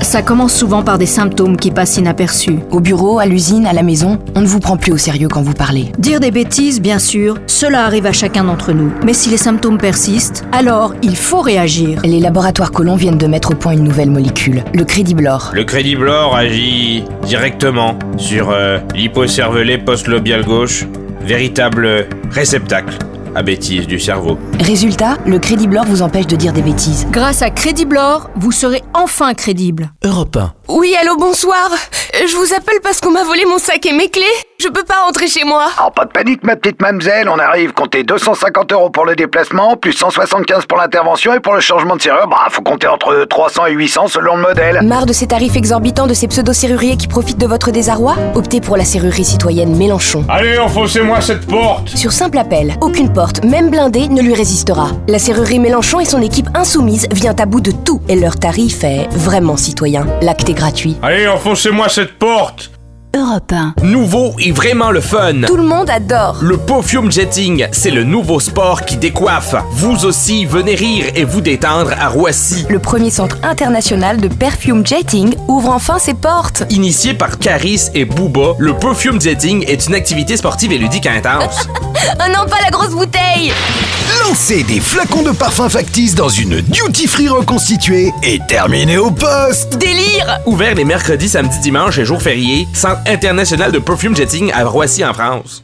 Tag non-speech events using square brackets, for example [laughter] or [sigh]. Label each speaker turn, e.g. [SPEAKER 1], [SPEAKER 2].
[SPEAKER 1] Ça commence souvent par des symptômes qui passent inaperçus.
[SPEAKER 2] Au bureau, à l'usine, à la maison, on ne vous prend plus au sérieux quand vous parlez.
[SPEAKER 1] Dire des bêtises, bien sûr, cela arrive à chacun d'entre nous. Mais si les symptômes persistent, alors il faut réagir.
[SPEAKER 2] Les laboratoires Colomb viennent de mettre au point une nouvelle molécule, le Crédiblor.
[SPEAKER 3] Le Crédiblor agit directement sur euh, l'hypocervelé postlobial gauche, véritable réceptacle à bêtises du cerveau.
[SPEAKER 2] Résultat, le Crédiblor vous empêche de dire des bêtises.
[SPEAKER 1] Grâce à Crédiblor, vous serez enfin crédible.
[SPEAKER 4] Europe 1.
[SPEAKER 5] Oui, allô, bonsoir. Euh, Je vous appelle parce qu'on m'a volé mon sac et mes clés. Je peux pas rentrer chez moi.
[SPEAKER 6] Alors Ah, pas de panique ma petite mamselle, on arrive, comptez 250 euros pour le déplacement, plus 175 pour l'intervention et pour le changement de serrure, bah faut compter entre 300 et 800 selon le modèle.
[SPEAKER 2] Marre de ces tarifs exorbitants de ces pseudo-serruriers qui profitent de votre désarroi Optez pour la serrurerie citoyenne Mélenchon.
[SPEAKER 7] Allez, enfoncez-moi cette porte
[SPEAKER 2] Sur simple appel, aucune porte, même blindée, ne lui résistera. La serrurerie Mélenchon et son équipe insoumise vient à bout de tout et leur tarif est vraiment citoyen. L'acte est gratuit.
[SPEAKER 7] Allez, enfoncez-moi cette porte
[SPEAKER 8] Europe 1.
[SPEAKER 9] Nouveau et vraiment le fun.
[SPEAKER 2] Tout le monde adore.
[SPEAKER 9] Le Pofium Jetting, c'est le nouveau sport qui décoiffe. Vous aussi, venez rire et vous détendre à Roissy.
[SPEAKER 2] Le premier centre international de perfume jetting ouvre enfin ses portes.
[SPEAKER 9] Initié par Caris et Booba, le Perfume Jetting est une activité sportive et
[SPEAKER 10] [laughs]
[SPEAKER 9] ludique intense.
[SPEAKER 2] Ah
[SPEAKER 5] Oh non, pas la grosse bouteille
[SPEAKER 10] Lancez des flacons de parfum factice dans une duty-free reconstituée et terminez au poste.
[SPEAKER 5] Délire
[SPEAKER 9] Ouvert les mercredis, samedis, dimanches et jours fériés, Centre international de Perfume Jetting à Roissy en France.